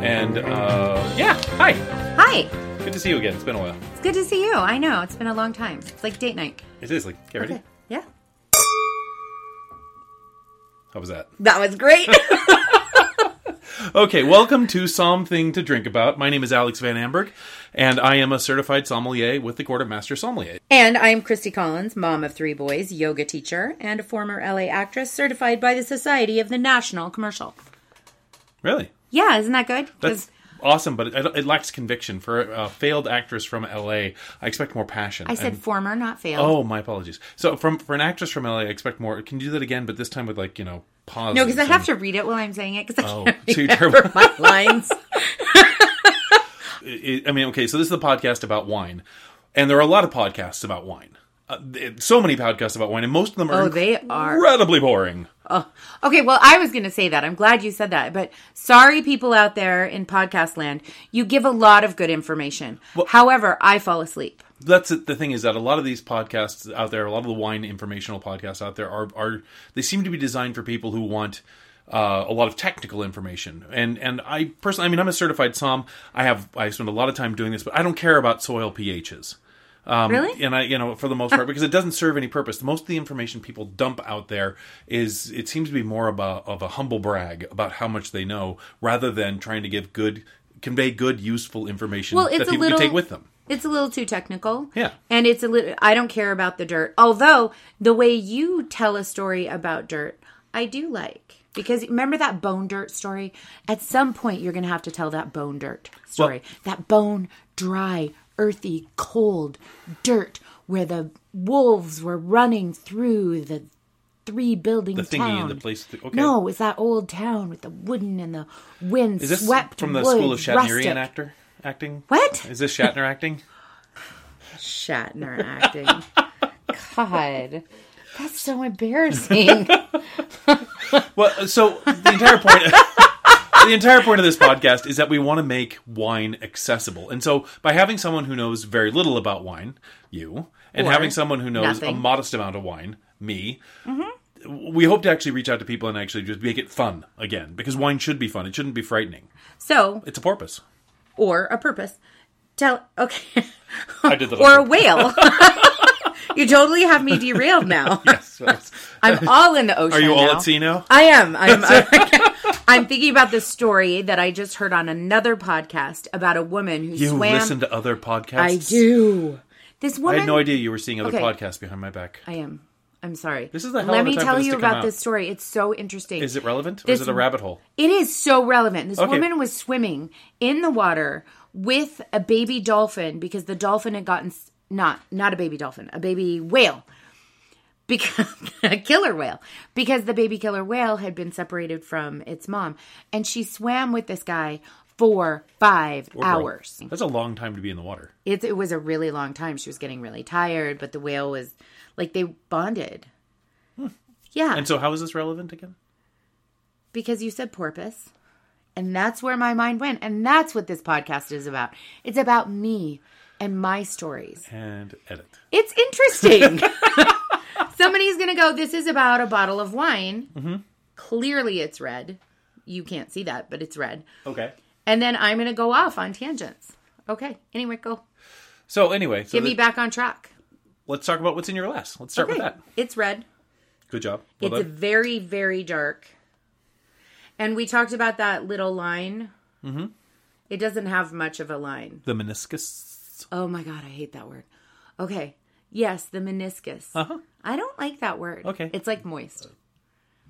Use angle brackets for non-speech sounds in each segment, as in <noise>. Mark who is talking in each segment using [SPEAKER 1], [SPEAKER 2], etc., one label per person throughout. [SPEAKER 1] And uh, yeah, hi.
[SPEAKER 2] Hi.
[SPEAKER 1] Good to see you again. It's been a while.
[SPEAKER 2] It's good to see you. I know. It's been a long time. It's like date night.
[SPEAKER 1] It is like, get ready.
[SPEAKER 2] Okay. Yeah.
[SPEAKER 1] How was that?
[SPEAKER 2] That was
[SPEAKER 1] <laughs>
[SPEAKER 2] great.
[SPEAKER 1] Okay, welcome to Something to Drink About. My name is Alex Van Amberg, and I am a certified sommelier with the Quartermaster Sommelier.
[SPEAKER 2] <laughs> and I'm Christy Collins, mom of three boys, yoga teacher, and a former LA actress certified by the Society of the National Commercial.
[SPEAKER 1] Really?
[SPEAKER 2] Yeah, isn't that good? 'Cause-
[SPEAKER 1] That's awesome, but it, I don't- it lacks conviction. For a failed actress from LA, I expect more passion.
[SPEAKER 2] I said former, not failed.
[SPEAKER 1] Oh, my apologies. So, from for an actress from LA, I expect more. Can you do that again? But this time with like you know pause.
[SPEAKER 2] no, because I have to read it while I'm saying it because I <laughs>
[SPEAKER 1] Oh,
[SPEAKER 2] can't
[SPEAKER 1] too
[SPEAKER 2] remember
[SPEAKER 1] terrible.
[SPEAKER 2] my
[SPEAKER 1] <laughs>
[SPEAKER 2] lines.
[SPEAKER 1] it- I mean, okay, so this is the podcast about wine, and there are a lot of podcasts about wine. Uh, th- so many podcasts about wine, and most of them are
[SPEAKER 2] Oh, they are.
[SPEAKER 1] incredibly boring.
[SPEAKER 2] Okay, well, I was going to say that. I'm glad you said that. But sorry, people out there in podcast land, you give a lot of good information. However, I fall asleep.
[SPEAKER 1] That's it- the thing is that a lot of these podcasts out there, a lot of the wine informational podcasts out there are are they seem to be designed for people who want. Uh, a lot of technical information, and and I personally, I mean, I'm a certified som. I have I spend a lot of time doing this, but I don't care about soil pHs. Um,
[SPEAKER 2] really?
[SPEAKER 1] and I, you know, for the most part, because it doesn't serve any purpose. Most of the information people dump out there is it seems to be more of a, of a humble brag about how much they know, rather than trying to give good, convey good, useful information
[SPEAKER 2] Well,
[SPEAKER 1] that
[SPEAKER 2] it's a
[SPEAKER 1] people
[SPEAKER 2] little
[SPEAKER 1] can take with them.
[SPEAKER 2] It's a little too technical.
[SPEAKER 1] Yeah.
[SPEAKER 2] And it's a little I don't care about the dirt. Although the way you tell a story about dirt, I do like. Because remember that bone dirt story? At some point you're going to have to tell that bone dirt story. that bone dry, earthy, cold dirt where the wolves were running through the three building
[SPEAKER 1] The thingy
[SPEAKER 2] town.
[SPEAKER 1] and the place. That, okay,
[SPEAKER 2] No, it's that old town with the wooden and the wind
[SPEAKER 1] is this
[SPEAKER 2] swept
[SPEAKER 1] from the
[SPEAKER 2] wood,
[SPEAKER 1] school of Shatnerian
[SPEAKER 2] rustic.
[SPEAKER 1] actor acting?
[SPEAKER 2] What?
[SPEAKER 1] is this Shatner acting?
[SPEAKER 2] Shatner acting. God. That's so embarrassing.
[SPEAKER 1] Well, uh, so the entire point. <laughs> The entire point of this podcast is that we want to make wine accessible. And so, by having someone who knows very little about wine, you, and
[SPEAKER 2] Or
[SPEAKER 1] having someone who knows a
[SPEAKER 2] nothing. Mm-hmm.
[SPEAKER 1] modest amount of wine, me, we hope to actually reach out to people and actually just make it fun again because wine should be fun. It shouldn't be frightening.
[SPEAKER 2] <laughs> so,
[SPEAKER 1] It's a
[SPEAKER 2] <laughs>
[SPEAKER 1] porpoise.
[SPEAKER 2] or a purpose. Tell
[SPEAKER 1] <laughs>
[SPEAKER 2] okay.
[SPEAKER 1] I did that.
[SPEAKER 2] or a
[SPEAKER 1] also.
[SPEAKER 2] whale. you totally have me derailed now.
[SPEAKER 1] <laughs> Yes, yes.
[SPEAKER 2] I'm all in the ocean.
[SPEAKER 1] Are you all
[SPEAKER 2] now.
[SPEAKER 1] at sea now?
[SPEAKER 2] I am. I'm. <laughs> I'm thinking about this story that I just heard on another podcast about a woman who
[SPEAKER 1] You
[SPEAKER 2] swam.
[SPEAKER 1] listen to other podcasts.
[SPEAKER 2] I do. This
[SPEAKER 1] I
[SPEAKER 2] woman.
[SPEAKER 1] had no idea you were seeing other
[SPEAKER 2] Okay.
[SPEAKER 1] podcasts behind my back.
[SPEAKER 2] I am. I'm sorry. This
[SPEAKER 1] is a hell
[SPEAKER 2] Let
[SPEAKER 1] of a
[SPEAKER 2] me
[SPEAKER 1] time for
[SPEAKER 2] tell
[SPEAKER 1] this
[SPEAKER 2] you
[SPEAKER 1] to come
[SPEAKER 2] about
[SPEAKER 1] out.
[SPEAKER 2] this story. It's so interesting.
[SPEAKER 1] Is it relevant? Or
[SPEAKER 2] This-
[SPEAKER 1] is it a rabbit hole?
[SPEAKER 2] It is so relevant. This
[SPEAKER 1] Okay.
[SPEAKER 2] woman was swimming in the water with a baby dolphin because the dolphin had gotten s- not not a baby dolphin, a baby whale. Because <laughs> a killer whale, because the baby killer whale had been separated from its mom, and she swam with this guy for five
[SPEAKER 1] Girl.
[SPEAKER 2] hours.
[SPEAKER 1] That's a long time to be in the water.
[SPEAKER 2] It, it was a really long time. She was getting really tired, but the whale was like they bonded. Yeah,
[SPEAKER 1] Hmm. And so, how is this relevant again?
[SPEAKER 2] because you said porpoise. And that's where my mind went. And that's what this podcast is about. It's about me and my stories.
[SPEAKER 1] And edit.
[SPEAKER 2] It's interesting.
[SPEAKER 1] <laughs>
[SPEAKER 2] Somebody's going to go, This is about a bottle of wine.
[SPEAKER 1] Mm-hmm.
[SPEAKER 2] Clearly, it's red. You can't see that, but it's red.
[SPEAKER 1] Okay.
[SPEAKER 2] And then I'm going to go off on tangents. Okay. Anyway, go.
[SPEAKER 1] So anyway, so
[SPEAKER 2] Get me
[SPEAKER 1] the-
[SPEAKER 2] back on track.
[SPEAKER 1] let's talk about what's in your glass. Let's start
[SPEAKER 2] Okay.
[SPEAKER 1] with that.
[SPEAKER 2] It's red.
[SPEAKER 1] Good job. Well
[SPEAKER 2] it's
[SPEAKER 1] done.
[SPEAKER 2] very, very dark. And we talked about that little line. Mm-hmm. It doesn't have much of a line.
[SPEAKER 1] the meniscus.
[SPEAKER 2] Oh my god, I hate that word. Okay. Yes, the meniscus.
[SPEAKER 1] Uh-huh.
[SPEAKER 2] I don't like that word.
[SPEAKER 1] Okay.
[SPEAKER 2] It's like moist.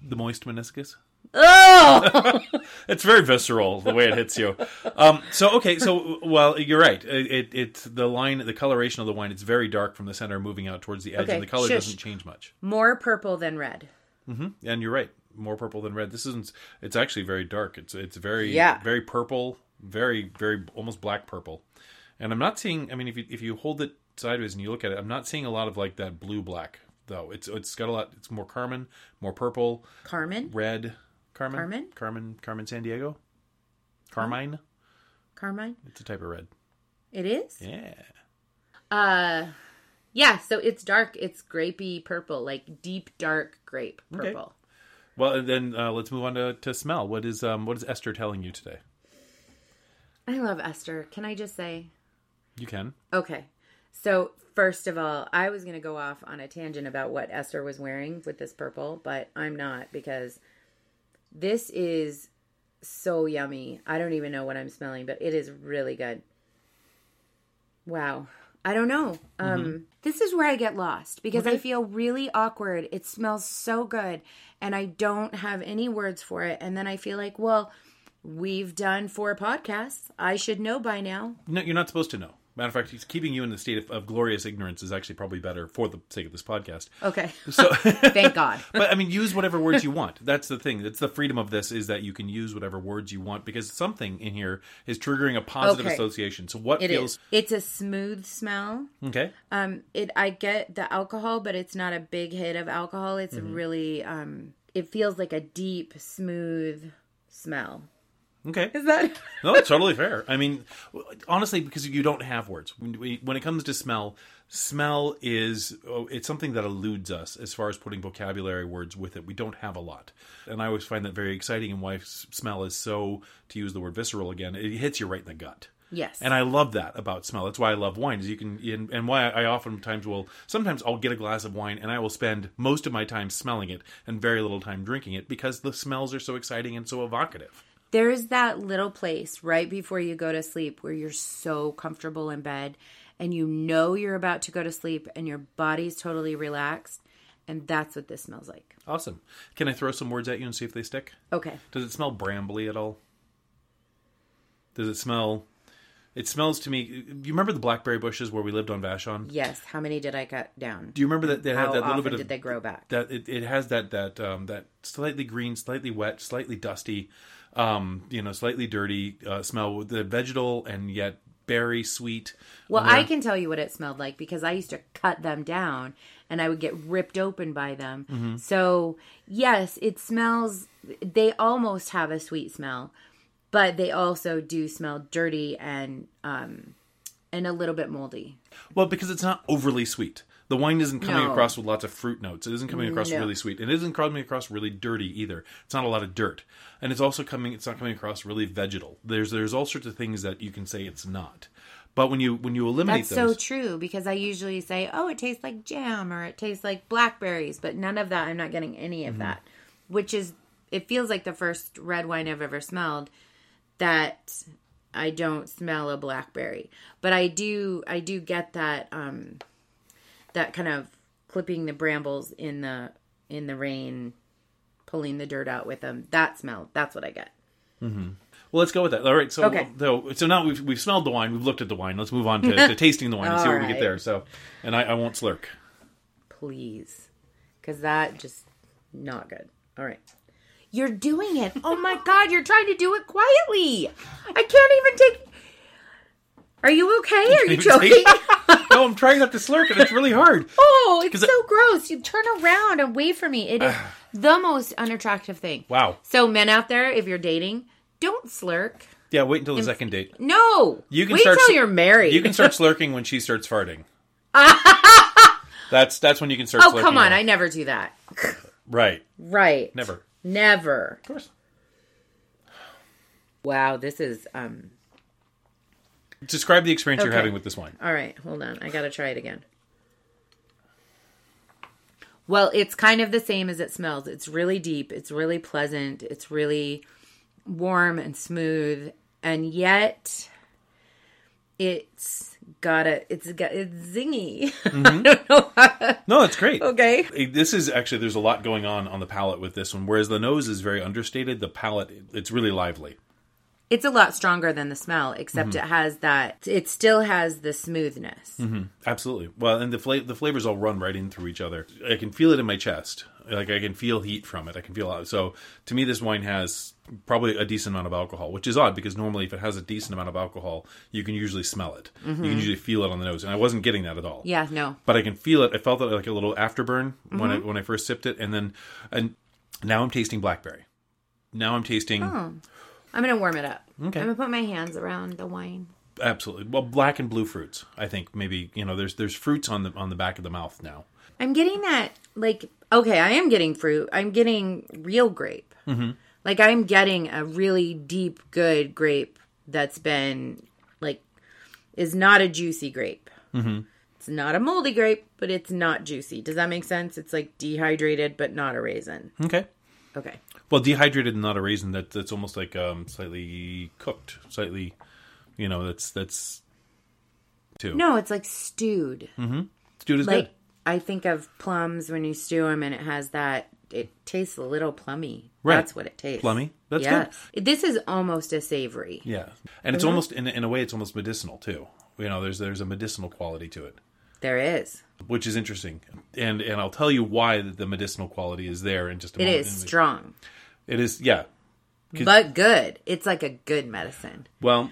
[SPEAKER 1] The moist meniscus. Uh.
[SPEAKER 2] Oh
[SPEAKER 1] It's very visceral the way it hits you. Um, so okay, so well, you're right. It, it it's the line, the coloration of the wine. It's very dark from the center, moving out towards the edge,
[SPEAKER 2] Okay,
[SPEAKER 1] and the color
[SPEAKER 2] shush.
[SPEAKER 1] doesn't change much.
[SPEAKER 2] <laughs> more purple than red.
[SPEAKER 1] And you're right, more purple than red. This isn't. It's actually very dark. It's it's very
[SPEAKER 2] Yeah.
[SPEAKER 1] very purple, very very almost black purple. And I'm not seeing. I mean, if you if you hold it sideways and you look at it, I'm not seeing a lot of like that blue black though. It's it's got a lot. It's more Carmen, more purple,
[SPEAKER 2] Carmen?
[SPEAKER 1] red. Carmen,
[SPEAKER 2] Carmen?
[SPEAKER 1] Carmen, Carmen San Diego, Carmine.
[SPEAKER 2] Carmine?
[SPEAKER 1] It's a type of red.
[SPEAKER 2] It is?
[SPEAKER 1] Yeah.
[SPEAKER 2] Uh yeah, so it's dark. It's grapey purple, like deep dark grape
[SPEAKER 1] Okay.
[SPEAKER 2] purple.
[SPEAKER 1] Well, and then uh, let's move on to, to smell. What is um what is Esther telling you today?
[SPEAKER 2] I love Esther. Can I just say?
[SPEAKER 1] You can.
[SPEAKER 2] Okay. So, first of all, I was going to go off on a tangent about what Esther was wearing with this purple, but I'm not because this is so yummy. I don't even know what I'm smelling, but it is really good. Wow. I don't know. Um, This is where I get lost because I feel really awkward. It smells so good, and I don't have any words for it. And then I feel like, well, we've done four podcasts. I should know by now.
[SPEAKER 1] No, you're not supposed to know. Matter of fact, he's keeping you in the state of, of glorious ignorance is actually probably better for the sake of this podcast.
[SPEAKER 2] Okay.
[SPEAKER 1] So,
[SPEAKER 2] <laughs>
[SPEAKER 1] <laughs>
[SPEAKER 2] Thank God.
[SPEAKER 1] but I mean, use whatever words you want. That's the thing. That's the freedom of this is that you can use whatever words you want because something in here is triggering a positive
[SPEAKER 2] Okay.
[SPEAKER 1] association. So what
[SPEAKER 2] It
[SPEAKER 1] feels
[SPEAKER 2] is. It's a smooth smell.
[SPEAKER 1] okay?
[SPEAKER 2] Um, it I get the alcohol, but it's not a big hit of alcohol. It's
[SPEAKER 1] Mm-hmm.
[SPEAKER 2] really um, it feels like a deep, smooth smell.
[SPEAKER 1] Okay.
[SPEAKER 2] Is
[SPEAKER 1] <laughs>
[SPEAKER 2] that
[SPEAKER 1] no, that's totally fair. I mean, honestly, because you don't have words when, we- when it comes to smell. Smell is oh, it's something that eludes us as far as putting vocabulary words with it. We don't have a lot, and I always find that very exciting. And why s- smell is so to use the word visceral again, it hits you right in the gut.
[SPEAKER 2] yes?
[SPEAKER 1] And I love that about smell. That's why I love wine. Is you can and, and why I oftentimes will sometimes I'll get a glass of wine and I will spend most of my time smelling it and very little time drinking it because the smells are so exciting and so evocative.
[SPEAKER 2] There's that little place right before you go to sleep where you're so comfortable in bed and you know you're about to go to sleep and your body's totally relaxed, and that's what this smells like.
[SPEAKER 1] Awesome. Can I throw some words at you and see if they stick?
[SPEAKER 2] Okay.
[SPEAKER 1] Does it smell brambly at all? Does it smell? It smells to me. You remember the blackberry bushes where we lived on Vashon?
[SPEAKER 2] Yes. How many did I cut down?
[SPEAKER 1] Do you remember that they had
[SPEAKER 2] How
[SPEAKER 1] that little
[SPEAKER 2] often
[SPEAKER 1] bit
[SPEAKER 2] did
[SPEAKER 1] of
[SPEAKER 2] they grow back?
[SPEAKER 1] that? It, it has that that um, that slightly green, slightly wet, slightly dusty, um, you know, slightly dirty uh, smell. with The vegetal and yet berry sweet.
[SPEAKER 2] Well, I can tell you what it smelled like because I used to cut them down and I would get ripped open by them. So, yes, it smells, they almost have a sweet smell, but they also do smell dirty and, um, and a little bit moldy.
[SPEAKER 1] Well, because it's not overly sweet. The wine isn't coming
[SPEAKER 2] No.
[SPEAKER 1] across with lots of fruit notes. It isn't coming across
[SPEAKER 2] No.
[SPEAKER 1] really sweet. It isn't coming across really dirty either. It's not a lot of dirt, and it's also coming. It's not coming across really vegetal. There's there's all sorts of things that you can say it's not. But when you when you eliminate
[SPEAKER 2] That's
[SPEAKER 1] those,
[SPEAKER 2] so true because I usually say, oh, it tastes like jam or it tastes like blackberries, but none of that. I'm not getting any of that, which is, it feels like the first red wine I've ever smelled that I don't smell a blackberry, but I do, I do get that, um, that kind of clipping the brambles in the, in the rain, pulling the dirt out with them. That smell, that's what I get.
[SPEAKER 1] Well, let's go with that. All right. So,
[SPEAKER 2] Okay.
[SPEAKER 1] so, so now we've we've smelled the wine. We've looked at the wine. Let's
[SPEAKER 2] <laughs>
[SPEAKER 1] move on to, to tasting the wine and see
[SPEAKER 2] All
[SPEAKER 1] what we get
[SPEAKER 2] right.
[SPEAKER 1] there. So, and I, I won't slurk.
[SPEAKER 2] please because that just not good all right you're doing it oh my god you're trying to do it quietly i can't even take are you okay are you
[SPEAKER 1] <laughs>
[SPEAKER 2] choking
[SPEAKER 1] no, I'm trying not to slurk, and it's really hard.
[SPEAKER 2] <laughs> oh it's
[SPEAKER 1] 'Cause
[SPEAKER 2] so
[SPEAKER 1] I-
[SPEAKER 2] gross you turn around and wave for me it
[SPEAKER 1] <sighs>
[SPEAKER 2] is the most unattractive thing
[SPEAKER 1] Wow.
[SPEAKER 2] so men out there if you're dating don't slurk
[SPEAKER 1] Yeah. Wait until the second date.
[SPEAKER 2] no
[SPEAKER 1] You can
[SPEAKER 2] wait
[SPEAKER 1] start
[SPEAKER 2] till
[SPEAKER 1] sl-
[SPEAKER 2] you're married
[SPEAKER 1] You can start slurking when she starts
[SPEAKER 2] <laughs>
[SPEAKER 1] farting. that's that's when you can start.
[SPEAKER 2] oh
[SPEAKER 1] slurking
[SPEAKER 2] come on
[SPEAKER 1] now.
[SPEAKER 2] i never do that
[SPEAKER 1] right
[SPEAKER 2] right
[SPEAKER 1] never.
[SPEAKER 2] never
[SPEAKER 1] Of course.
[SPEAKER 2] wow this is um
[SPEAKER 1] Describe the experience you're
[SPEAKER 2] Okay.
[SPEAKER 1] having with this wine.
[SPEAKER 2] All right, hold on. I got to try it again. Well, it's kind of the same as it smells. It's really deep, it's really pleasant, it's really warm and smooth, and yet it's got a it's got it's zingy. <laughs> I don't know. How,
[SPEAKER 1] No, it's great.
[SPEAKER 2] okay.
[SPEAKER 1] Hey, This is actually there's a lot going on on the palate with this one. Whereas the nose is very understated, the palate it's really lively.
[SPEAKER 2] It's a lot stronger than the smell, except it has that it still has the smoothness.
[SPEAKER 1] Absolutely. Well, and the fla- the flavors all run right in through each other. I can feel it in my chest. Like I can feel heat from it. I can feel so. To me, this wine has probably a decent amount of alcohol, which is odd because normally if it has a decent amount of alcohol, you can usually smell it. You can usually feel it on the nose, and I wasn't getting that at all.
[SPEAKER 2] Yeah, no.
[SPEAKER 1] But I can feel it. I felt it like a little afterburn when I when I first sipped it, and then and now I'm tasting blackberry. Now I'm tasting
[SPEAKER 2] I'm going to warm it up.
[SPEAKER 1] Okay.
[SPEAKER 2] I'm going to put my hands around the wine.
[SPEAKER 1] absolutely well black and blue fruits. I think maybe you know there's there's fruits on the on the back of the mouth now.
[SPEAKER 2] I'm getting that like okay, I am getting fruit. I'm
[SPEAKER 1] Mm-hmm.
[SPEAKER 2] getting real grape. Like I'm getting a really deep, good grape that's been like is not a juicy grape.
[SPEAKER 1] Mm-hmm.
[SPEAKER 2] It's not a moldy grape, but it's not juicy. Does that make sense? It's like dehydrated, but not a raisin.
[SPEAKER 1] Okay.
[SPEAKER 2] Okay.
[SPEAKER 1] Well, dehydrated and not a raisin. That that's almost like um, slightly cooked, slightly, you know. That's that's too.
[SPEAKER 2] No, it's like stewed.
[SPEAKER 1] Mm-hmm. dude is
[SPEAKER 2] Like
[SPEAKER 1] good.
[SPEAKER 2] I think of plums when you stew them, and it has that. It tastes a little plummy.
[SPEAKER 1] Right.
[SPEAKER 2] That's what it tastes.
[SPEAKER 1] Plummy. That's good.
[SPEAKER 2] This is almost a savory.
[SPEAKER 1] Yeah, and
[SPEAKER 2] Uh-huh.
[SPEAKER 1] it's almost in in a way it's almost medicinal too. You know, there's there's a medicinal quality to it.
[SPEAKER 2] There is.
[SPEAKER 1] which is interesting. And and I'll tell you why the medicinal quality is there in just a
[SPEAKER 2] It
[SPEAKER 1] moment.
[SPEAKER 2] is strong,
[SPEAKER 1] It is yeah.
[SPEAKER 2] but good. It's like a good medicine, <laughs>
[SPEAKER 1] Well,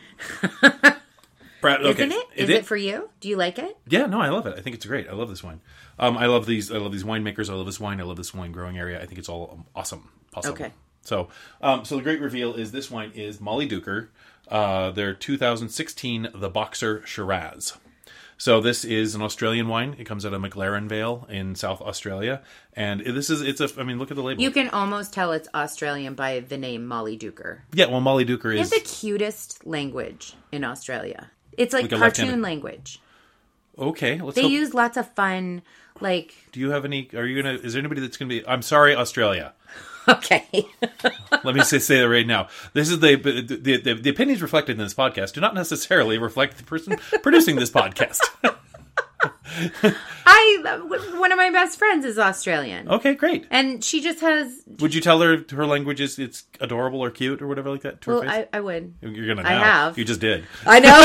[SPEAKER 1] perhaps, okay.
[SPEAKER 2] isn't it? Is it, for you? Do you like it?
[SPEAKER 1] yeah, no, I love it. I think it's great. I love this wine. Um, I love these. I love these winemakers. I love this wine. I love this wine growing area. I think it's all um, awesome. Possible.
[SPEAKER 2] Okay.
[SPEAKER 1] So, um, so the great reveal is this wine is Molly Duker, uh, their 2016 The Boxer Shiraz. So this is an Australian wine. It comes out of McLaren Vale in South Australia, and this is it's a. I mean, look at the label.
[SPEAKER 2] You can almost tell it's Australian by the name Molly Duker.
[SPEAKER 1] Yeah, well, Molly Duker
[SPEAKER 2] It's
[SPEAKER 1] is.
[SPEAKER 2] the cutest language in Australia. It's like,
[SPEAKER 1] Like a
[SPEAKER 2] cartoon
[SPEAKER 1] left-handed-
[SPEAKER 2] language.
[SPEAKER 1] Okay, let's
[SPEAKER 2] They
[SPEAKER 1] go.
[SPEAKER 2] use lots of fun,
[SPEAKER 1] <laughs>
[SPEAKER 2] like
[SPEAKER 1] Do you have any? Are you gonna? Is there anybody that's gonna be? I'm sorry, Australia.
[SPEAKER 2] okay.
[SPEAKER 1] Let me say, say that right now. This is the the, the the opinions reflected in this podcast do not necessarily reflect the person producing this podcast.
[SPEAKER 2] I one of my best friends is Australian,
[SPEAKER 1] Okay, great.
[SPEAKER 2] and she just has.
[SPEAKER 1] Would you tell Oh. her her language is it's adorable or cute or whatever like that to her
[SPEAKER 2] Well,
[SPEAKER 1] face?
[SPEAKER 2] I, I would.
[SPEAKER 1] You're gonna.
[SPEAKER 2] I
[SPEAKER 1] now.
[SPEAKER 2] have.
[SPEAKER 1] You just did.
[SPEAKER 2] I
[SPEAKER 1] <laughs>
[SPEAKER 2] know.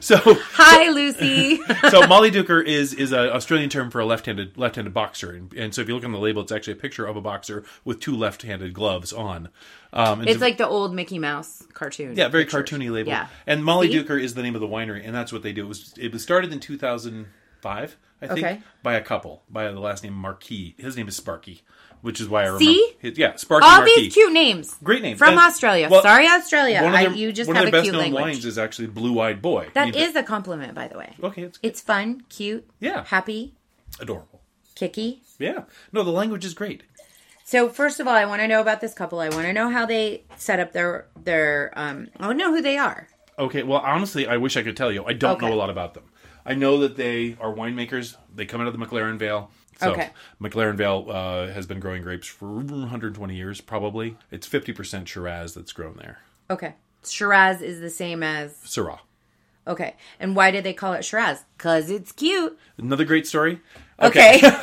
[SPEAKER 1] So
[SPEAKER 2] Hi,
[SPEAKER 1] <laughs>
[SPEAKER 2] Lucy.
[SPEAKER 1] so Molly Duker is is an Australian term for a left-handed left-handed boxer, and, and so if you look on the label, it's actually a picture of a boxer with two left-handed gloves on. Um, and so-
[SPEAKER 2] It's like the old Mickey Mouse cartoon.
[SPEAKER 1] Yeah, very
[SPEAKER 2] pictures.
[SPEAKER 1] cartoony label.
[SPEAKER 2] Yeah.
[SPEAKER 1] And Molly
[SPEAKER 2] See?
[SPEAKER 1] Duker is the name of the winery, and that's what they do. It was it was started in 2005, I think,
[SPEAKER 2] Okay.
[SPEAKER 1] by a couple by the last name Marquis. His name is Sparky, which is why I remember.
[SPEAKER 2] See?
[SPEAKER 1] His, yeah, Sparky
[SPEAKER 2] All
[SPEAKER 1] Marquis.
[SPEAKER 2] these cute names.
[SPEAKER 1] Great names.
[SPEAKER 2] From
[SPEAKER 1] And-
[SPEAKER 2] Australia.
[SPEAKER 1] well,
[SPEAKER 2] Sorry, Australia.
[SPEAKER 1] One of
[SPEAKER 2] I,
[SPEAKER 1] their,
[SPEAKER 2] you just
[SPEAKER 1] one
[SPEAKER 2] have
[SPEAKER 1] of
[SPEAKER 2] a
[SPEAKER 1] their best
[SPEAKER 2] cute
[SPEAKER 1] known
[SPEAKER 2] language.
[SPEAKER 1] wines is actually Blue Eyed Boy.
[SPEAKER 2] That
[SPEAKER 1] Named
[SPEAKER 2] is a compliment, by the way.
[SPEAKER 1] okay. It's
[SPEAKER 2] It's fun, cute,
[SPEAKER 1] Yeah.
[SPEAKER 2] happy,
[SPEAKER 1] adorable.
[SPEAKER 2] kicky.
[SPEAKER 1] Yeah. No, the language is great.
[SPEAKER 2] So first of all, I want to know about this couple. I want to know how they set up their their. Um, I want to know who they are.
[SPEAKER 1] Okay, well, honestly, I wish I could tell you. I don't
[SPEAKER 2] Okay.
[SPEAKER 1] know a lot about them. I know that they are winemakers. They come out of the McLaren Vale. So
[SPEAKER 2] Okay.
[SPEAKER 1] McLaren Vale uh, has been growing grapes for 120 years, probably. It's 50% Shiraz that's grown there.
[SPEAKER 2] Okay, Shiraz is the same as
[SPEAKER 1] Syrah.
[SPEAKER 2] okay. And why did they call it Shiraz? Cause it's cute.
[SPEAKER 1] Another great story.
[SPEAKER 2] Okay.
[SPEAKER 1] <laughs>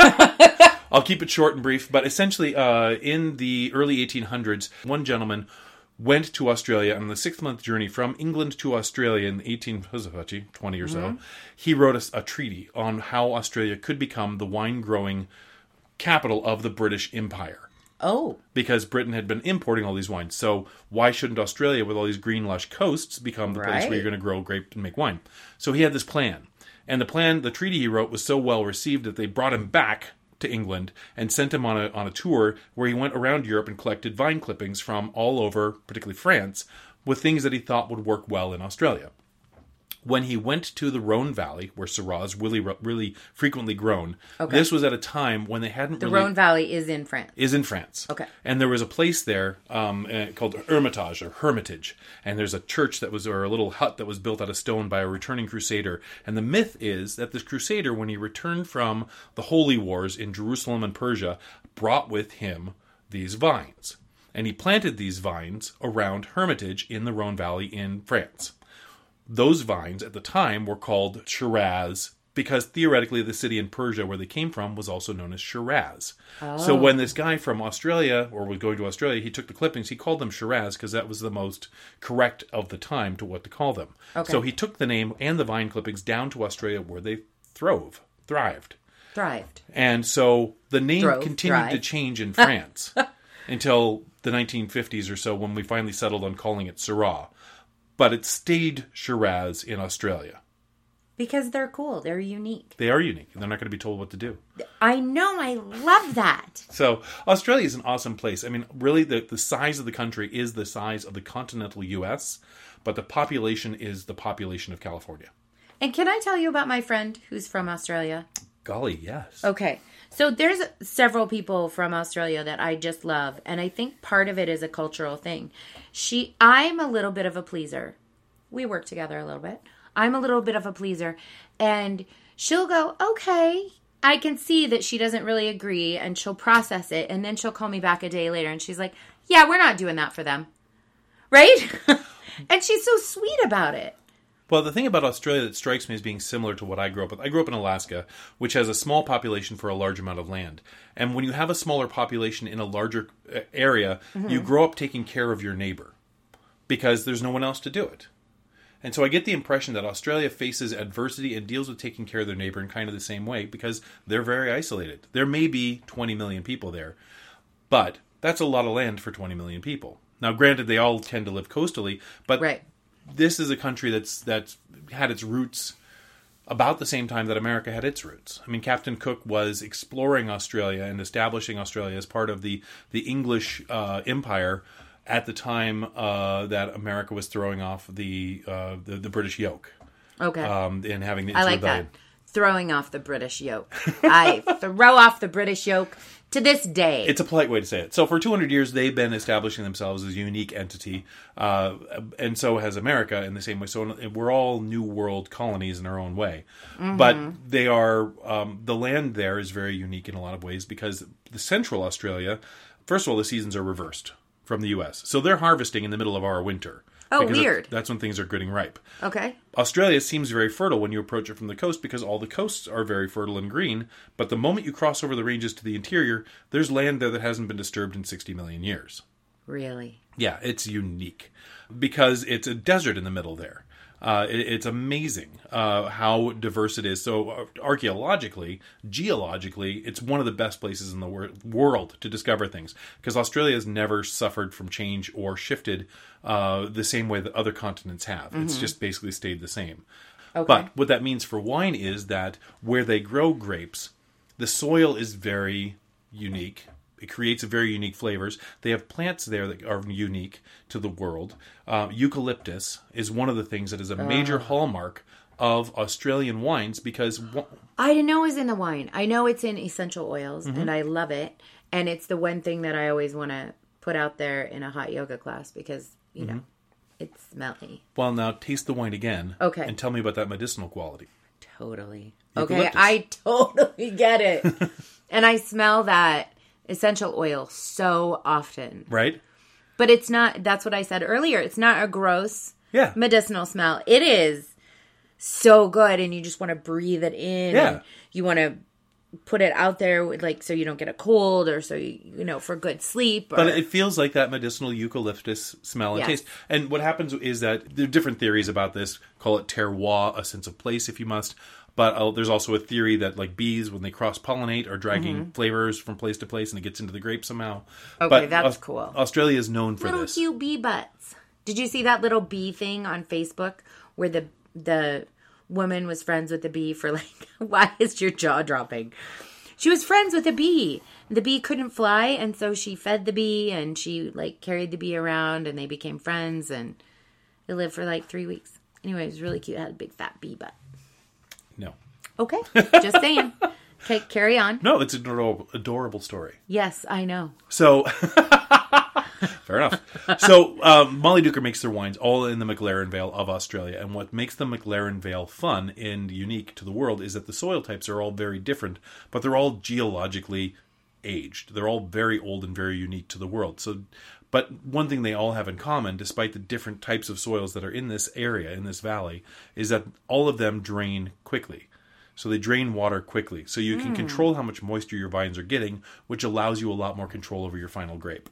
[SPEAKER 1] I'll keep it short and brief, but essentially, uh, in the early 1800s, one gentleman went to Australia on the six month journey from England to Australia in 18 was it about you, 20 or so. He wrote us a treaty on how Australia could become the wine growing capital of the British Empire
[SPEAKER 2] oh,
[SPEAKER 1] because Britain had been importing all these wines. So why shouldn't Australia, with all these green, lush coasts, become the place
[SPEAKER 2] Right.
[SPEAKER 1] where you're going to grow grape and make wine? So he had this plan, and the plan, the treaty he wrote, was so well received that they brought him back to England and sent him on a on a tour where he went around Europe and collected vine clippings from all over, particularly France, with things that he thought would work well in Australia when he went to the Rhone Valley, where Syrah is really, really frequently grown, this was at a time when they hadn't
[SPEAKER 2] the
[SPEAKER 1] really
[SPEAKER 2] Rhone Valley is in France.
[SPEAKER 1] is in France.
[SPEAKER 2] Okay.
[SPEAKER 1] And there was a place there um, uh, called Hermitage or Hermitage, and there's a church that was or a little hut that was built out of stone by a returning crusader. And the myth is that this crusader, when he returned from the holy wars in Jerusalem and Persia, brought with him these vines, and he planted these vines around Hermitage in the Rhone Valley in France those vines at the time were called Shiraz because theoretically the city in Persia where they came from was also known as Shiraz. So when this guy from Australia or was going to Australia, he took the clippings, he called them Shiraz because that was the most correct of the time to what to call them. So he took the name and the vine clippings down to Australia where they throve, thrived.
[SPEAKER 2] Thrived.
[SPEAKER 1] And so the name
[SPEAKER 2] Drove,
[SPEAKER 1] continued to
[SPEAKER 2] drive.
[SPEAKER 1] change
[SPEAKER 2] <laughs>
[SPEAKER 1] in France until the 1950s or so when we finally settled on calling it Syrah. But it stayed Shiraz in Australia.
[SPEAKER 2] Because they're cool. They're unique.
[SPEAKER 1] They are unique and they're not going to be told what to do.
[SPEAKER 2] I know. I love that.
[SPEAKER 1] So Australia is an awesome place. I mean, really, the, the size of the country is the size of the continental U.S., but the population is the population of California.
[SPEAKER 2] And can I tell you about my friend who's from Australia?
[SPEAKER 1] Golly, yes.
[SPEAKER 2] Okay. So there's several people from Australia that I just love, and I think part of it is a cultural thing. She, I'm a little bit of a pleaser. We work together a little bit. I'm a little bit of a pleaser, and she'll go, "Okay." I can see that she doesn't really agree, and she'll process it, and then she'll call me back a day later, and she's like, "Yeah, we're not doing that for them." Right? <laughs> and she's so sweet about it.
[SPEAKER 1] Well, the thing about Australia that strikes me as being similar to what I grew up with, I grew up in Alaska, which has a small population for a large amount of land. And when you have a smaller population in a larger uh, area, you grow up taking care of your neighbor because there's no one else to do it. And so I get the impression that Australia faces adversity and deals with taking care of their neighbor in kind of the same way because they're very isolated. There may be 20 million people there, but that's a lot of land for 20 million people. Now, granted, they all tend to live coastally, but
[SPEAKER 2] Right.
[SPEAKER 1] this is a country that's that's had its roots about the same time that America had its roots. I mean, Captain Cook was exploring Australia and establishing Australia as part of the the English uh, Empire at the time uh, that America was throwing off the uh, the, the British yoke
[SPEAKER 2] Okay.
[SPEAKER 1] um, and having the
[SPEAKER 2] I like that. Throwing off the British yoke.
[SPEAKER 1] <laughs>
[SPEAKER 2] I throw off the British yoke to this day.
[SPEAKER 1] It's a polite way to say it. So for 200 years, they've been establishing themselves as a unique entity, uh, and so has America in the same way. So we're all New World colonies in our own way,
[SPEAKER 2] Mm-hmm.
[SPEAKER 1] but they are um, the land there is very unique in a lot of ways because the Central Australia, first of all, the seasons are reversed from the U.S. So they're harvesting in the middle of our winter.
[SPEAKER 2] Oh,
[SPEAKER 1] because
[SPEAKER 2] weird.
[SPEAKER 1] That's when things are getting ripe.
[SPEAKER 2] okay.
[SPEAKER 1] Australia seems very fertile when you approach it from the coast because all the coasts are very fertile and green, but the moment you cross over the ranges to the interior, there's land there that hasn't been disturbed in 60 million years.
[SPEAKER 2] Really?
[SPEAKER 1] Yeah, it's unique because it's a desert in the middle there. Uh, it- it's amazing uh, how diverse it is. So, uh, archaeologically, geologically, it's one of the best places in the wor- world to discover things because Australia has never suffered from change or shifted uh, the same way that other continents have. It's just basically stayed the same. But what that means for wine is that where they grow grapes, the soil is very unique. It creates very unique flavors. They have plants there that are unique to the world. Uh, eucalyptus is one of the things that is a major hallmark of Australian wines because wa-
[SPEAKER 2] I didn't know it was in the wine. I know it's in essential oils
[SPEAKER 1] Mm-hmm.
[SPEAKER 2] and I love it. And it's the one thing that I always want to put out there in a hot yoga class because, you
[SPEAKER 1] Mm-hmm.
[SPEAKER 2] know, it's smelly.
[SPEAKER 1] well, now taste the wine again.
[SPEAKER 2] Okay.
[SPEAKER 1] And tell me about that medicinal quality.
[SPEAKER 2] Totally. Okay.
[SPEAKER 1] Eucalyptus.
[SPEAKER 2] I <laughs> totally get it.
[SPEAKER 1] <laughs>
[SPEAKER 2] and I smell that essential oil so often.
[SPEAKER 1] Right?
[SPEAKER 2] But it's not, that's what I said earlier. It's not a gross
[SPEAKER 1] Yeah.
[SPEAKER 2] medicinal smell. It is so good, and you just want to breathe it in.
[SPEAKER 1] Yeah.
[SPEAKER 2] and you want to put it out there, with, like so you don't get a cold, or so you, you know for good sleep. Or,
[SPEAKER 1] But it feels like that medicinal eucalyptus smell and
[SPEAKER 2] Yes.
[SPEAKER 1] taste. And what happens is that there are different theories about this. Call it terroir, a sense of place, if you must. But uh, there's also a theory that like bees, when they cross pollinate, are dragging
[SPEAKER 2] Mm-hmm.
[SPEAKER 1] flavors from place to place, and it gets into the grape somehow. Okay,
[SPEAKER 2] that's cool.
[SPEAKER 1] Australia is known for
[SPEAKER 2] little
[SPEAKER 1] this.
[SPEAKER 2] cute bee butts. Did you see that little bee thing on Facebook where the the woman was friends with the bee for like? <laughs> Why is your jaw dropping? She was friends with a bee. The bee couldn't fly, and so she fed the bee, and she like carried the bee around, and they became friends, and they lived for like three weeks. Anyway, it was really cute. It had a big fat bee butt.
[SPEAKER 1] No,
[SPEAKER 2] Okay, just saying. Okay, carry on.
[SPEAKER 1] no, it's an adorable, adorable story.
[SPEAKER 2] Yes, I know.
[SPEAKER 1] So <laughs> fair enough. So um, Molly Duker makes their wines all in the McLaren Vale of Australia, and what makes the McLaren Vale fun and unique to the world is that the soil types are all very different, but they're all geologically aged. They're all very old and very unique to the world. So. But one thing they all have in common, despite the different types of soils that are in this area, in this valley, is that all of them drain quickly. So they drain water quickly. So you can control how much moisture your vines are getting, which allows you a lot more control over your final grape.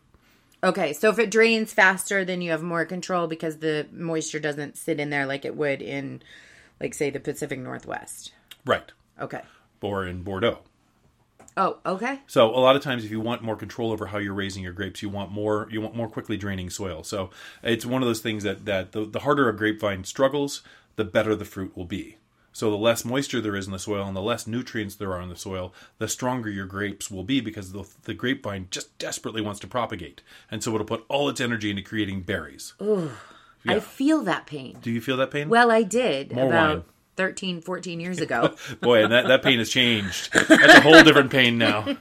[SPEAKER 2] Okay, so if it drains faster, then you have more control because the moisture doesn't sit in there like it would in, like, say, the Pacific Northwest.
[SPEAKER 1] Right.
[SPEAKER 2] Okay.
[SPEAKER 1] Or in Bordeaux.
[SPEAKER 2] Oh, okay.
[SPEAKER 1] So a lot of times, if you want more control over how you're raising your grapes, you want more you want more quickly draining soil. So it's one of those things that that the, the harder a grapevine struggles, the better the fruit will be. So the less moisture there is in the soil and the less nutrients there are in the soil, the stronger your grapes will be because the, the grapevine just desperately wants to propagate, and so it'll put all its energy into creating berries.
[SPEAKER 2] I feel that pain.
[SPEAKER 1] Do you feel that pain?
[SPEAKER 2] Well, I did
[SPEAKER 1] More
[SPEAKER 2] about
[SPEAKER 1] wine.
[SPEAKER 2] 13, 14 years
[SPEAKER 1] <laughs>
[SPEAKER 2] ago.
[SPEAKER 1] Boy, and that, that pain has changed. That's a whole different pain now.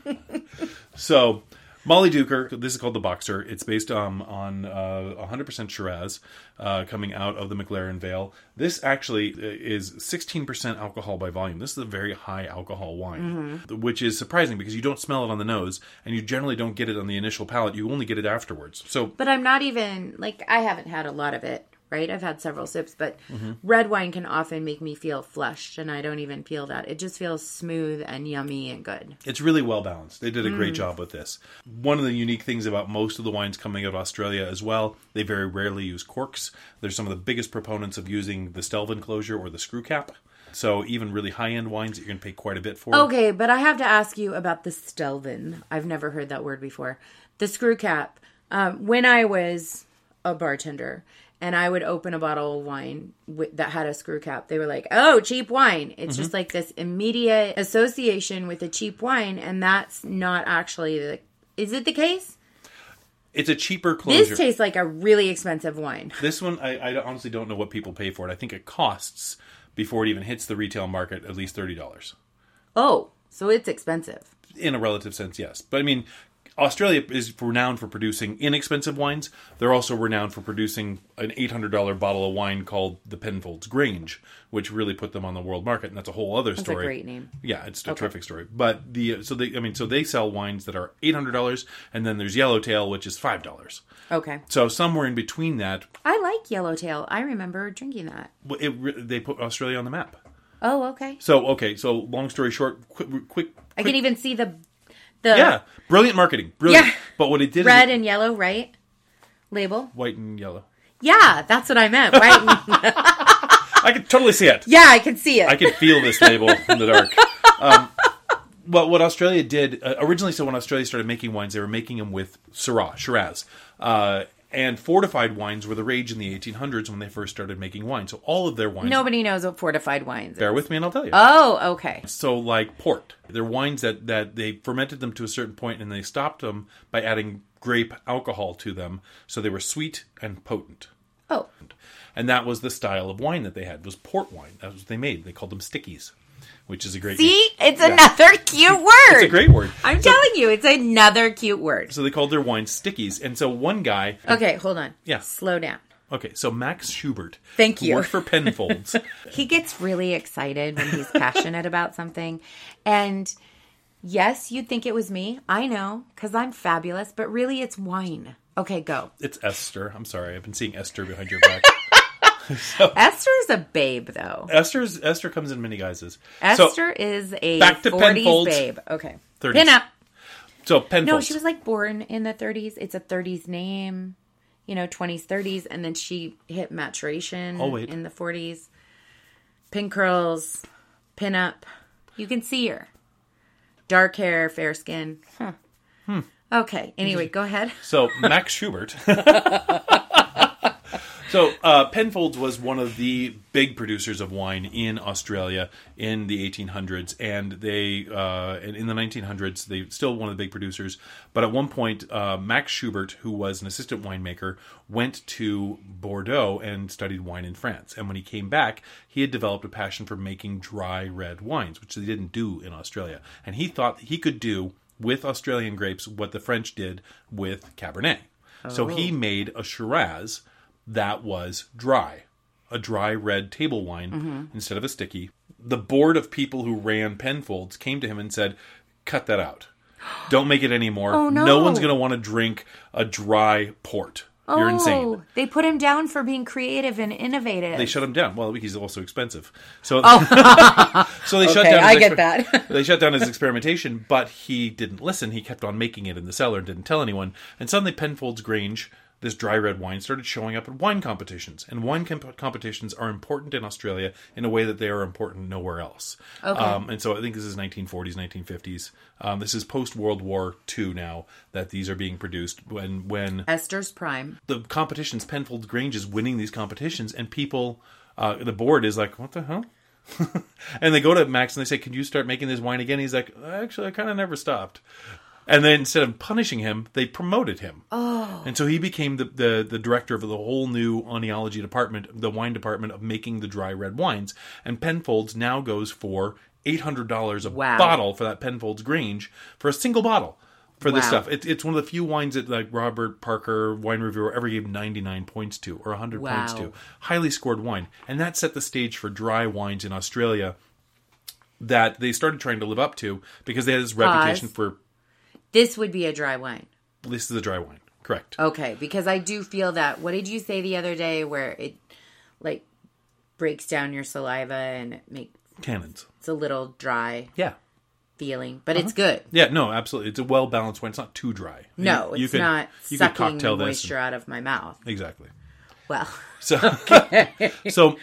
[SPEAKER 1] So, Molly Duker, this is called The Boxer. It's based um, on uh, 100% Shiraz uh, coming out of the McLaren Vale. This actually uh, is 16% alcohol by volume. This is a very high alcohol wine, which is surprising because you don't smell it on the nose and you generally don't get it on the initial palate. You only get it afterwards. So,
[SPEAKER 2] but I'm not even like I haven't had a lot of it, right? I've had several sips, but
[SPEAKER 1] Mm-hmm.
[SPEAKER 2] red wine can often make me feel flushed and I don't even feel that. It just feels smooth and yummy and good.
[SPEAKER 1] It's really well balanced. They did a great job with this. One of the unique things about most of the wines coming out of Australia as well, they very rarely use corks. They're some of the biggest proponents of using the Stelvin closure or the screw cap. So even really high end wines that you're going to pay quite a bit for.
[SPEAKER 2] Okay, but I have to ask you about the Stelvin. I've never heard that word before. The screw cap. Um, when I was a bartender and I would open a bottle of wine wi- that had a screw cap, they were like, oh, cheap wine. It's just like this immediate association with a cheap wine, and that's not actually the. Is it the case?
[SPEAKER 1] It's a cheaper
[SPEAKER 2] This
[SPEAKER 1] closure. This,
[SPEAKER 2] tastes like a really expensive wine.
[SPEAKER 1] one, I, I honestly don't know what people pay for it. I think it costs, before it even hits the retail market, at least $30.
[SPEAKER 2] Oh, so it's expensive.
[SPEAKER 1] in a relative sense, yes. But I mean, Australia is renowned for producing inexpensive wines. They're also renowned for producing an $800 bottle of wine called the Penfolds Grange, which really put them on the world market, and that's a whole other
[SPEAKER 2] It's a
[SPEAKER 1] story.
[SPEAKER 2] great name.
[SPEAKER 1] Yeah, it's a terrific story. But the so they I mean so they sell wines that are $800 and then there's Yellowtail which is $5.
[SPEAKER 2] Okay.
[SPEAKER 1] So somewhere in between that,
[SPEAKER 2] I like Yellowtail. I remember drinking that.
[SPEAKER 1] w- it, re- they put Australia on the map.
[SPEAKER 2] Oh, okay.
[SPEAKER 1] So okay, so long story short, quick quick
[SPEAKER 2] I can even see the the
[SPEAKER 1] yeah, brilliant marketing. Brilliant.
[SPEAKER 2] Yeah.
[SPEAKER 1] But what it did is
[SPEAKER 2] red
[SPEAKER 1] it-
[SPEAKER 2] and yellow, right? Label.
[SPEAKER 1] white and yellow.
[SPEAKER 2] Yeah, that's what I meant.
[SPEAKER 1] <laughs>
[SPEAKER 2] Right?
[SPEAKER 1] I can totally see it.
[SPEAKER 2] yeah, I can see it.
[SPEAKER 1] I can feel this label in the dark. Um, but what Australia did uh, originally, so when Australia started making wines, they were making them with Syrah, Shiraz, uh, and fortified wines were the rage in the 1800s when they first started making wine. So all of their wines.
[SPEAKER 2] Nobody knows what fortified wines. Is.
[SPEAKER 1] Bear with me, and I'll tell you.
[SPEAKER 2] Oh, okay.
[SPEAKER 1] So, like port, they're wines that that they fermented them to a certain point, and they stopped them by adding grape alcohol to them, so they were sweet and potent.
[SPEAKER 2] Oh,
[SPEAKER 1] and that was the style of wine that they had was port wine. That was what they made. They called them stickies, which is a great
[SPEAKER 2] see, it's another cute word.
[SPEAKER 1] It's a great word.
[SPEAKER 2] I'm telling you, it's another cute word.
[SPEAKER 1] So they called their wine stickies. And so one guy,
[SPEAKER 2] Okay, hold on.
[SPEAKER 1] Yeah.
[SPEAKER 2] Slow down.
[SPEAKER 1] okay, so Max Schubert,
[SPEAKER 2] Thank
[SPEAKER 1] who
[SPEAKER 2] you.
[SPEAKER 1] worked for
[SPEAKER 2] <laughs>
[SPEAKER 1] Penfolds.
[SPEAKER 2] He gets really excited when
[SPEAKER 1] <laughs>
[SPEAKER 2] he's passionate about something. And yes, you'd think it was me. I know, because I'm fabulous, but really it's wine. Okay, go.
[SPEAKER 1] it's Esther. I'm sorry, I've been seeing Esther behind your
[SPEAKER 2] <laughs>
[SPEAKER 1] back. Oh.
[SPEAKER 2] Esther's a babe, though.
[SPEAKER 1] Esther's Esther comes in many guises. So,
[SPEAKER 2] Esther is a
[SPEAKER 1] back to
[SPEAKER 2] 40s
[SPEAKER 1] Penfolds.
[SPEAKER 2] babe. Okay.
[SPEAKER 1] 30s.
[SPEAKER 2] Pin up.
[SPEAKER 1] so Penfolds.
[SPEAKER 2] No, she was like born in the 30s. It's a 30s name, you know, 20s, 30s. And then she hit maturation
[SPEAKER 1] Oh, wait.
[SPEAKER 2] in the 40s. Pin curls, pin up. You can see her. Dark hair, fair skin. Huh.
[SPEAKER 1] Hmm.
[SPEAKER 2] Okay. Anyway, go ahead.
[SPEAKER 1] So Max Schubert. so uh, Penfolds was one of the big producers of wine in Australia in the 1800s, and they uh, and in the 1900s they still one of the big producers. But at one point, uh, Max Schubert, who was an assistant winemaker, went to Bordeaux and studied wine in France. And when he came back, he had developed a passion for making dry red wines, which they didn't do in Australia, and he thought he could do with Australian grapes what the French did with Cabernet. So he made a Shiraz that was dry, a dry red table wine instead of a sticky. The board of people who ran Penfolds came to him and said, "Cut that out. Don't make it anymore.
[SPEAKER 2] no.
[SPEAKER 1] one's going to want to drink a dry port. You're insane."
[SPEAKER 2] Oh, They put him down for being creative and innovative.
[SPEAKER 1] They shut him down. Well, he's also expensive, so <laughs> so they shut
[SPEAKER 2] Oh. Okay,
[SPEAKER 1] down.
[SPEAKER 2] I
[SPEAKER 1] his
[SPEAKER 2] get
[SPEAKER 1] exper-
[SPEAKER 2] that.
[SPEAKER 1] <laughs> they shut down his experimentation, but he didn't listen. He kept on making it in the cellar and didn't tell anyone. And suddenly, Penfolds Grange, this dry red wine, started showing up at wine competitions. And wine comp- competitions are important in Australia in a way that they are important nowhere else. Okay. Um, and so I think this is 1940s, 1950s. Um, this is post World War II now that these are being produced. When when
[SPEAKER 2] Esther's prime.
[SPEAKER 1] the competitions, Penfold Grange is winning these competitions, and people, uh, the board is like, what the hell? <laughs> and they go to Max and they say, "Can you start making this wine again?" He's like, "Actually, I kind of never stopped." And then instead of punishing him, they promoted him. Oh. And so he became the, the, the director of the whole new oenology department, the wine department of making the dry red wines. And Penfolds now goes for $800 a
[SPEAKER 2] Wow.
[SPEAKER 1] bottle for that Penfolds Grange for a single bottle for this
[SPEAKER 2] Wow.
[SPEAKER 1] stuff. It, it's one of the few wines that like Robert Parker, wine reviewer, ever gave 99 points to or 100 points
[SPEAKER 2] Wow.
[SPEAKER 1] to. Highly scored wine. And that set the stage for dry wines in Australia that they started trying to live up to because they had this reputation for
[SPEAKER 2] This would be a dry wine.
[SPEAKER 1] this is a dry wine. Correct.
[SPEAKER 2] Okay, because I do feel that. What did you say the other day where it like breaks down your saliva and it makes
[SPEAKER 1] Tannins.
[SPEAKER 2] it's a little dry
[SPEAKER 1] Yeah.
[SPEAKER 2] feeling, but it's good.
[SPEAKER 1] Yeah, no, absolutely. It's a well balanced wine. It's not too dry.
[SPEAKER 2] No, it's
[SPEAKER 1] could-
[SPEAKER 2] not
[SPEAKER 1] you could
[SPEAKER 2] sucking the
[SPEAKER 1] this
[SPEAKER 2] moisture out of my mouth.
[SPEAKER 1] and- exactly.
[SPEAKER 2] Well, <laughs>
[SPEAKER 1] So, so,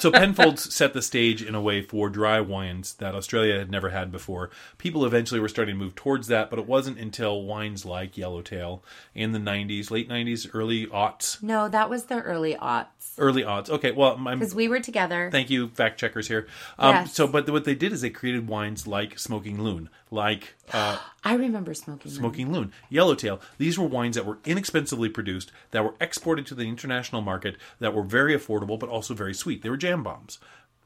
[SPEAKER 1] so Penfolds set the stage in a way for dry wines that Australia had never had before. People eventually were starting to move towards that, but it wasn't until wines like Yellowtail in the '90s, late '90s, early aughts,
[SPEAKER 2] no, that was the early aughts
[SPEAKER 1] early aughts. Okay, well, I'm,
[SPEAKER 2] because we were together.
[SPEAKER 1] thank you, fact checkers here. Um,
[SPEAKER 2] Yes.
[SPEAKER 1] So, but what they did is they created wines like Smoking Loon, like uh,
[SPEAKER 2] I remember smoking. them.
[SPEAKER 1] Smoking Loon, Yellowtail. These were wines that were inexpensively produced, that were exported to the international market, that were very affordable but also very sweet. They were jam bombs.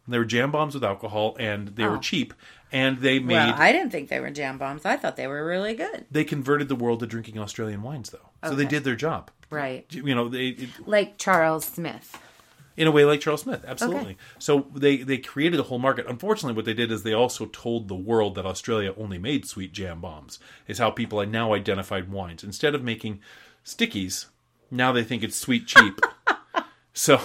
[SPEAKER 1] They were jam bombs with alcohol, and they were cheap. And they made
[SPEAKER 2] Oh. Well, I didn't think they were jam bombs. I thought they were really good.
[SPEAKER 1] they converted the world to drinking Australian wines, though. So they
[SPEAKER 2] Okay.
[SPEAKER 1] did their job.
[SPEAKER 2] Right.
[SPEAKER 1] You know, they, it,
[SPEAKER 2] Like Charles Smith.
[SPEAKER 1] in a way like Charles Smith, absolutely.
[SPEAKER 2] Okay.
[SPEAKER 1] So they they created a whole market. Unfortunately, what they did is they also told the world that Australia only made sweet jam bombs. Is how people are now identified wines. Instead of making stickies, now they think it's
[SPEAKER 2] <laughs>
[SPEAKER 1] sweet cheap. so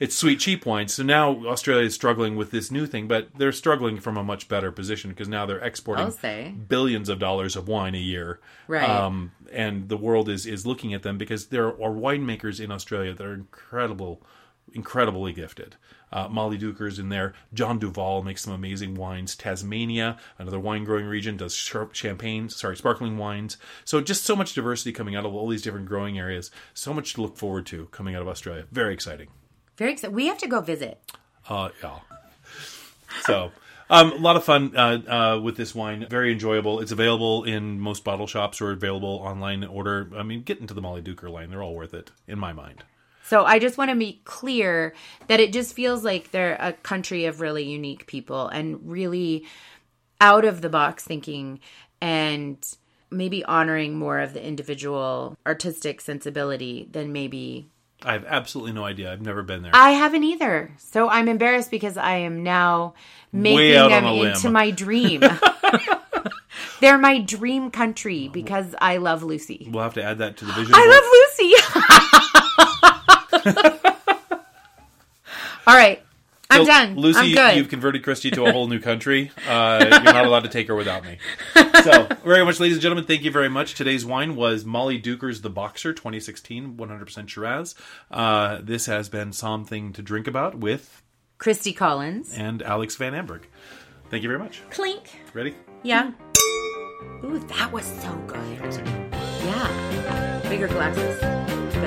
[SPEAKER 1] it's sweet cheap wine. So now Australia is struggling with this new thing, but they're struggling from a much better position because now they're exporting
[SPEAKER 2] I'll say.
[SPEAKER 1] billions of dollars of wine a year.
[SPEAKER 2] Right.
[SPEAKER 1] Um, and the world is is looking at them because there are winemakers in Australia that are incredible, incredibly gifted. Uh, Molly Duker's in there. John Duval makes some amazing wines. Tasmania, another wine growing region, does sh- champagne, sorry, sparkling wines. So just so much diversity coming out of all these different growing areas. So much to look forward to coming out of Australia. Very exciting.
[SPEAKER 2] Very excited. We have to go visit.
[SPEAKER 1] Uh, yeah. So, um, a lot of fun uh, uh, with this wine. Very enjoyable. It's available in most bottle shops or available online in order. I mean, get into the Molly Duker line. They're all worth it, in my mind.
[SPEAKER 2] So I just want to be clear that it just feels like they're a country of really unique people and really out of the box thinking and maybe honoring more of the individual artistic sensibility than maybe
[SPEAKER 1] I have absolutely no idea. I've never been there.
[SPEAKER 2] I haven't either. So I'm embarrassed because I am now making
[SPEAKER 1] Way out
[SPEAKER 2] them
[SPEAKER 1] on a
[SPEAKER 2] into
[SPEAKER 1] limb.
[SPEAKER 2] my
[SPEAKER 1] <laughs>
[SPEAKER 2] dream. They're my dream country because I love Lucy.
[SPEAKER 1] We'll have to add that to the vision.
[SPEAKER 2] I
[SPEAKER 1] board.
[SPEAKER 2] love Lucy. <laughs> All right. I'm
[SPEAKER 1] So,
[SPEAKER 2] done.
[SPEAKER 1] Lucy,
[SPEAKER 2] I'm good.
[SPEAKER 1] you've converted Christy to a whole new country. Uh, you're not allowed to take her without me. So, very much, ladies and gentlemen, thank you very much. Today's wine was Molly Duker's The Boxer 2016, 100% Shiraz. Uh, this has been Something to Drink About with
[SPEAKER 2] Christy Collins.
[SPEAKER 1] and Alex Van Amberg. Thank you very much.
[SPEAKER 2] Clink.
[SPEAKER 1] Ready?
[SPEAKER 2] Yeah. Hmm. Ooh, that was so good. Yeah. Bigger glasses.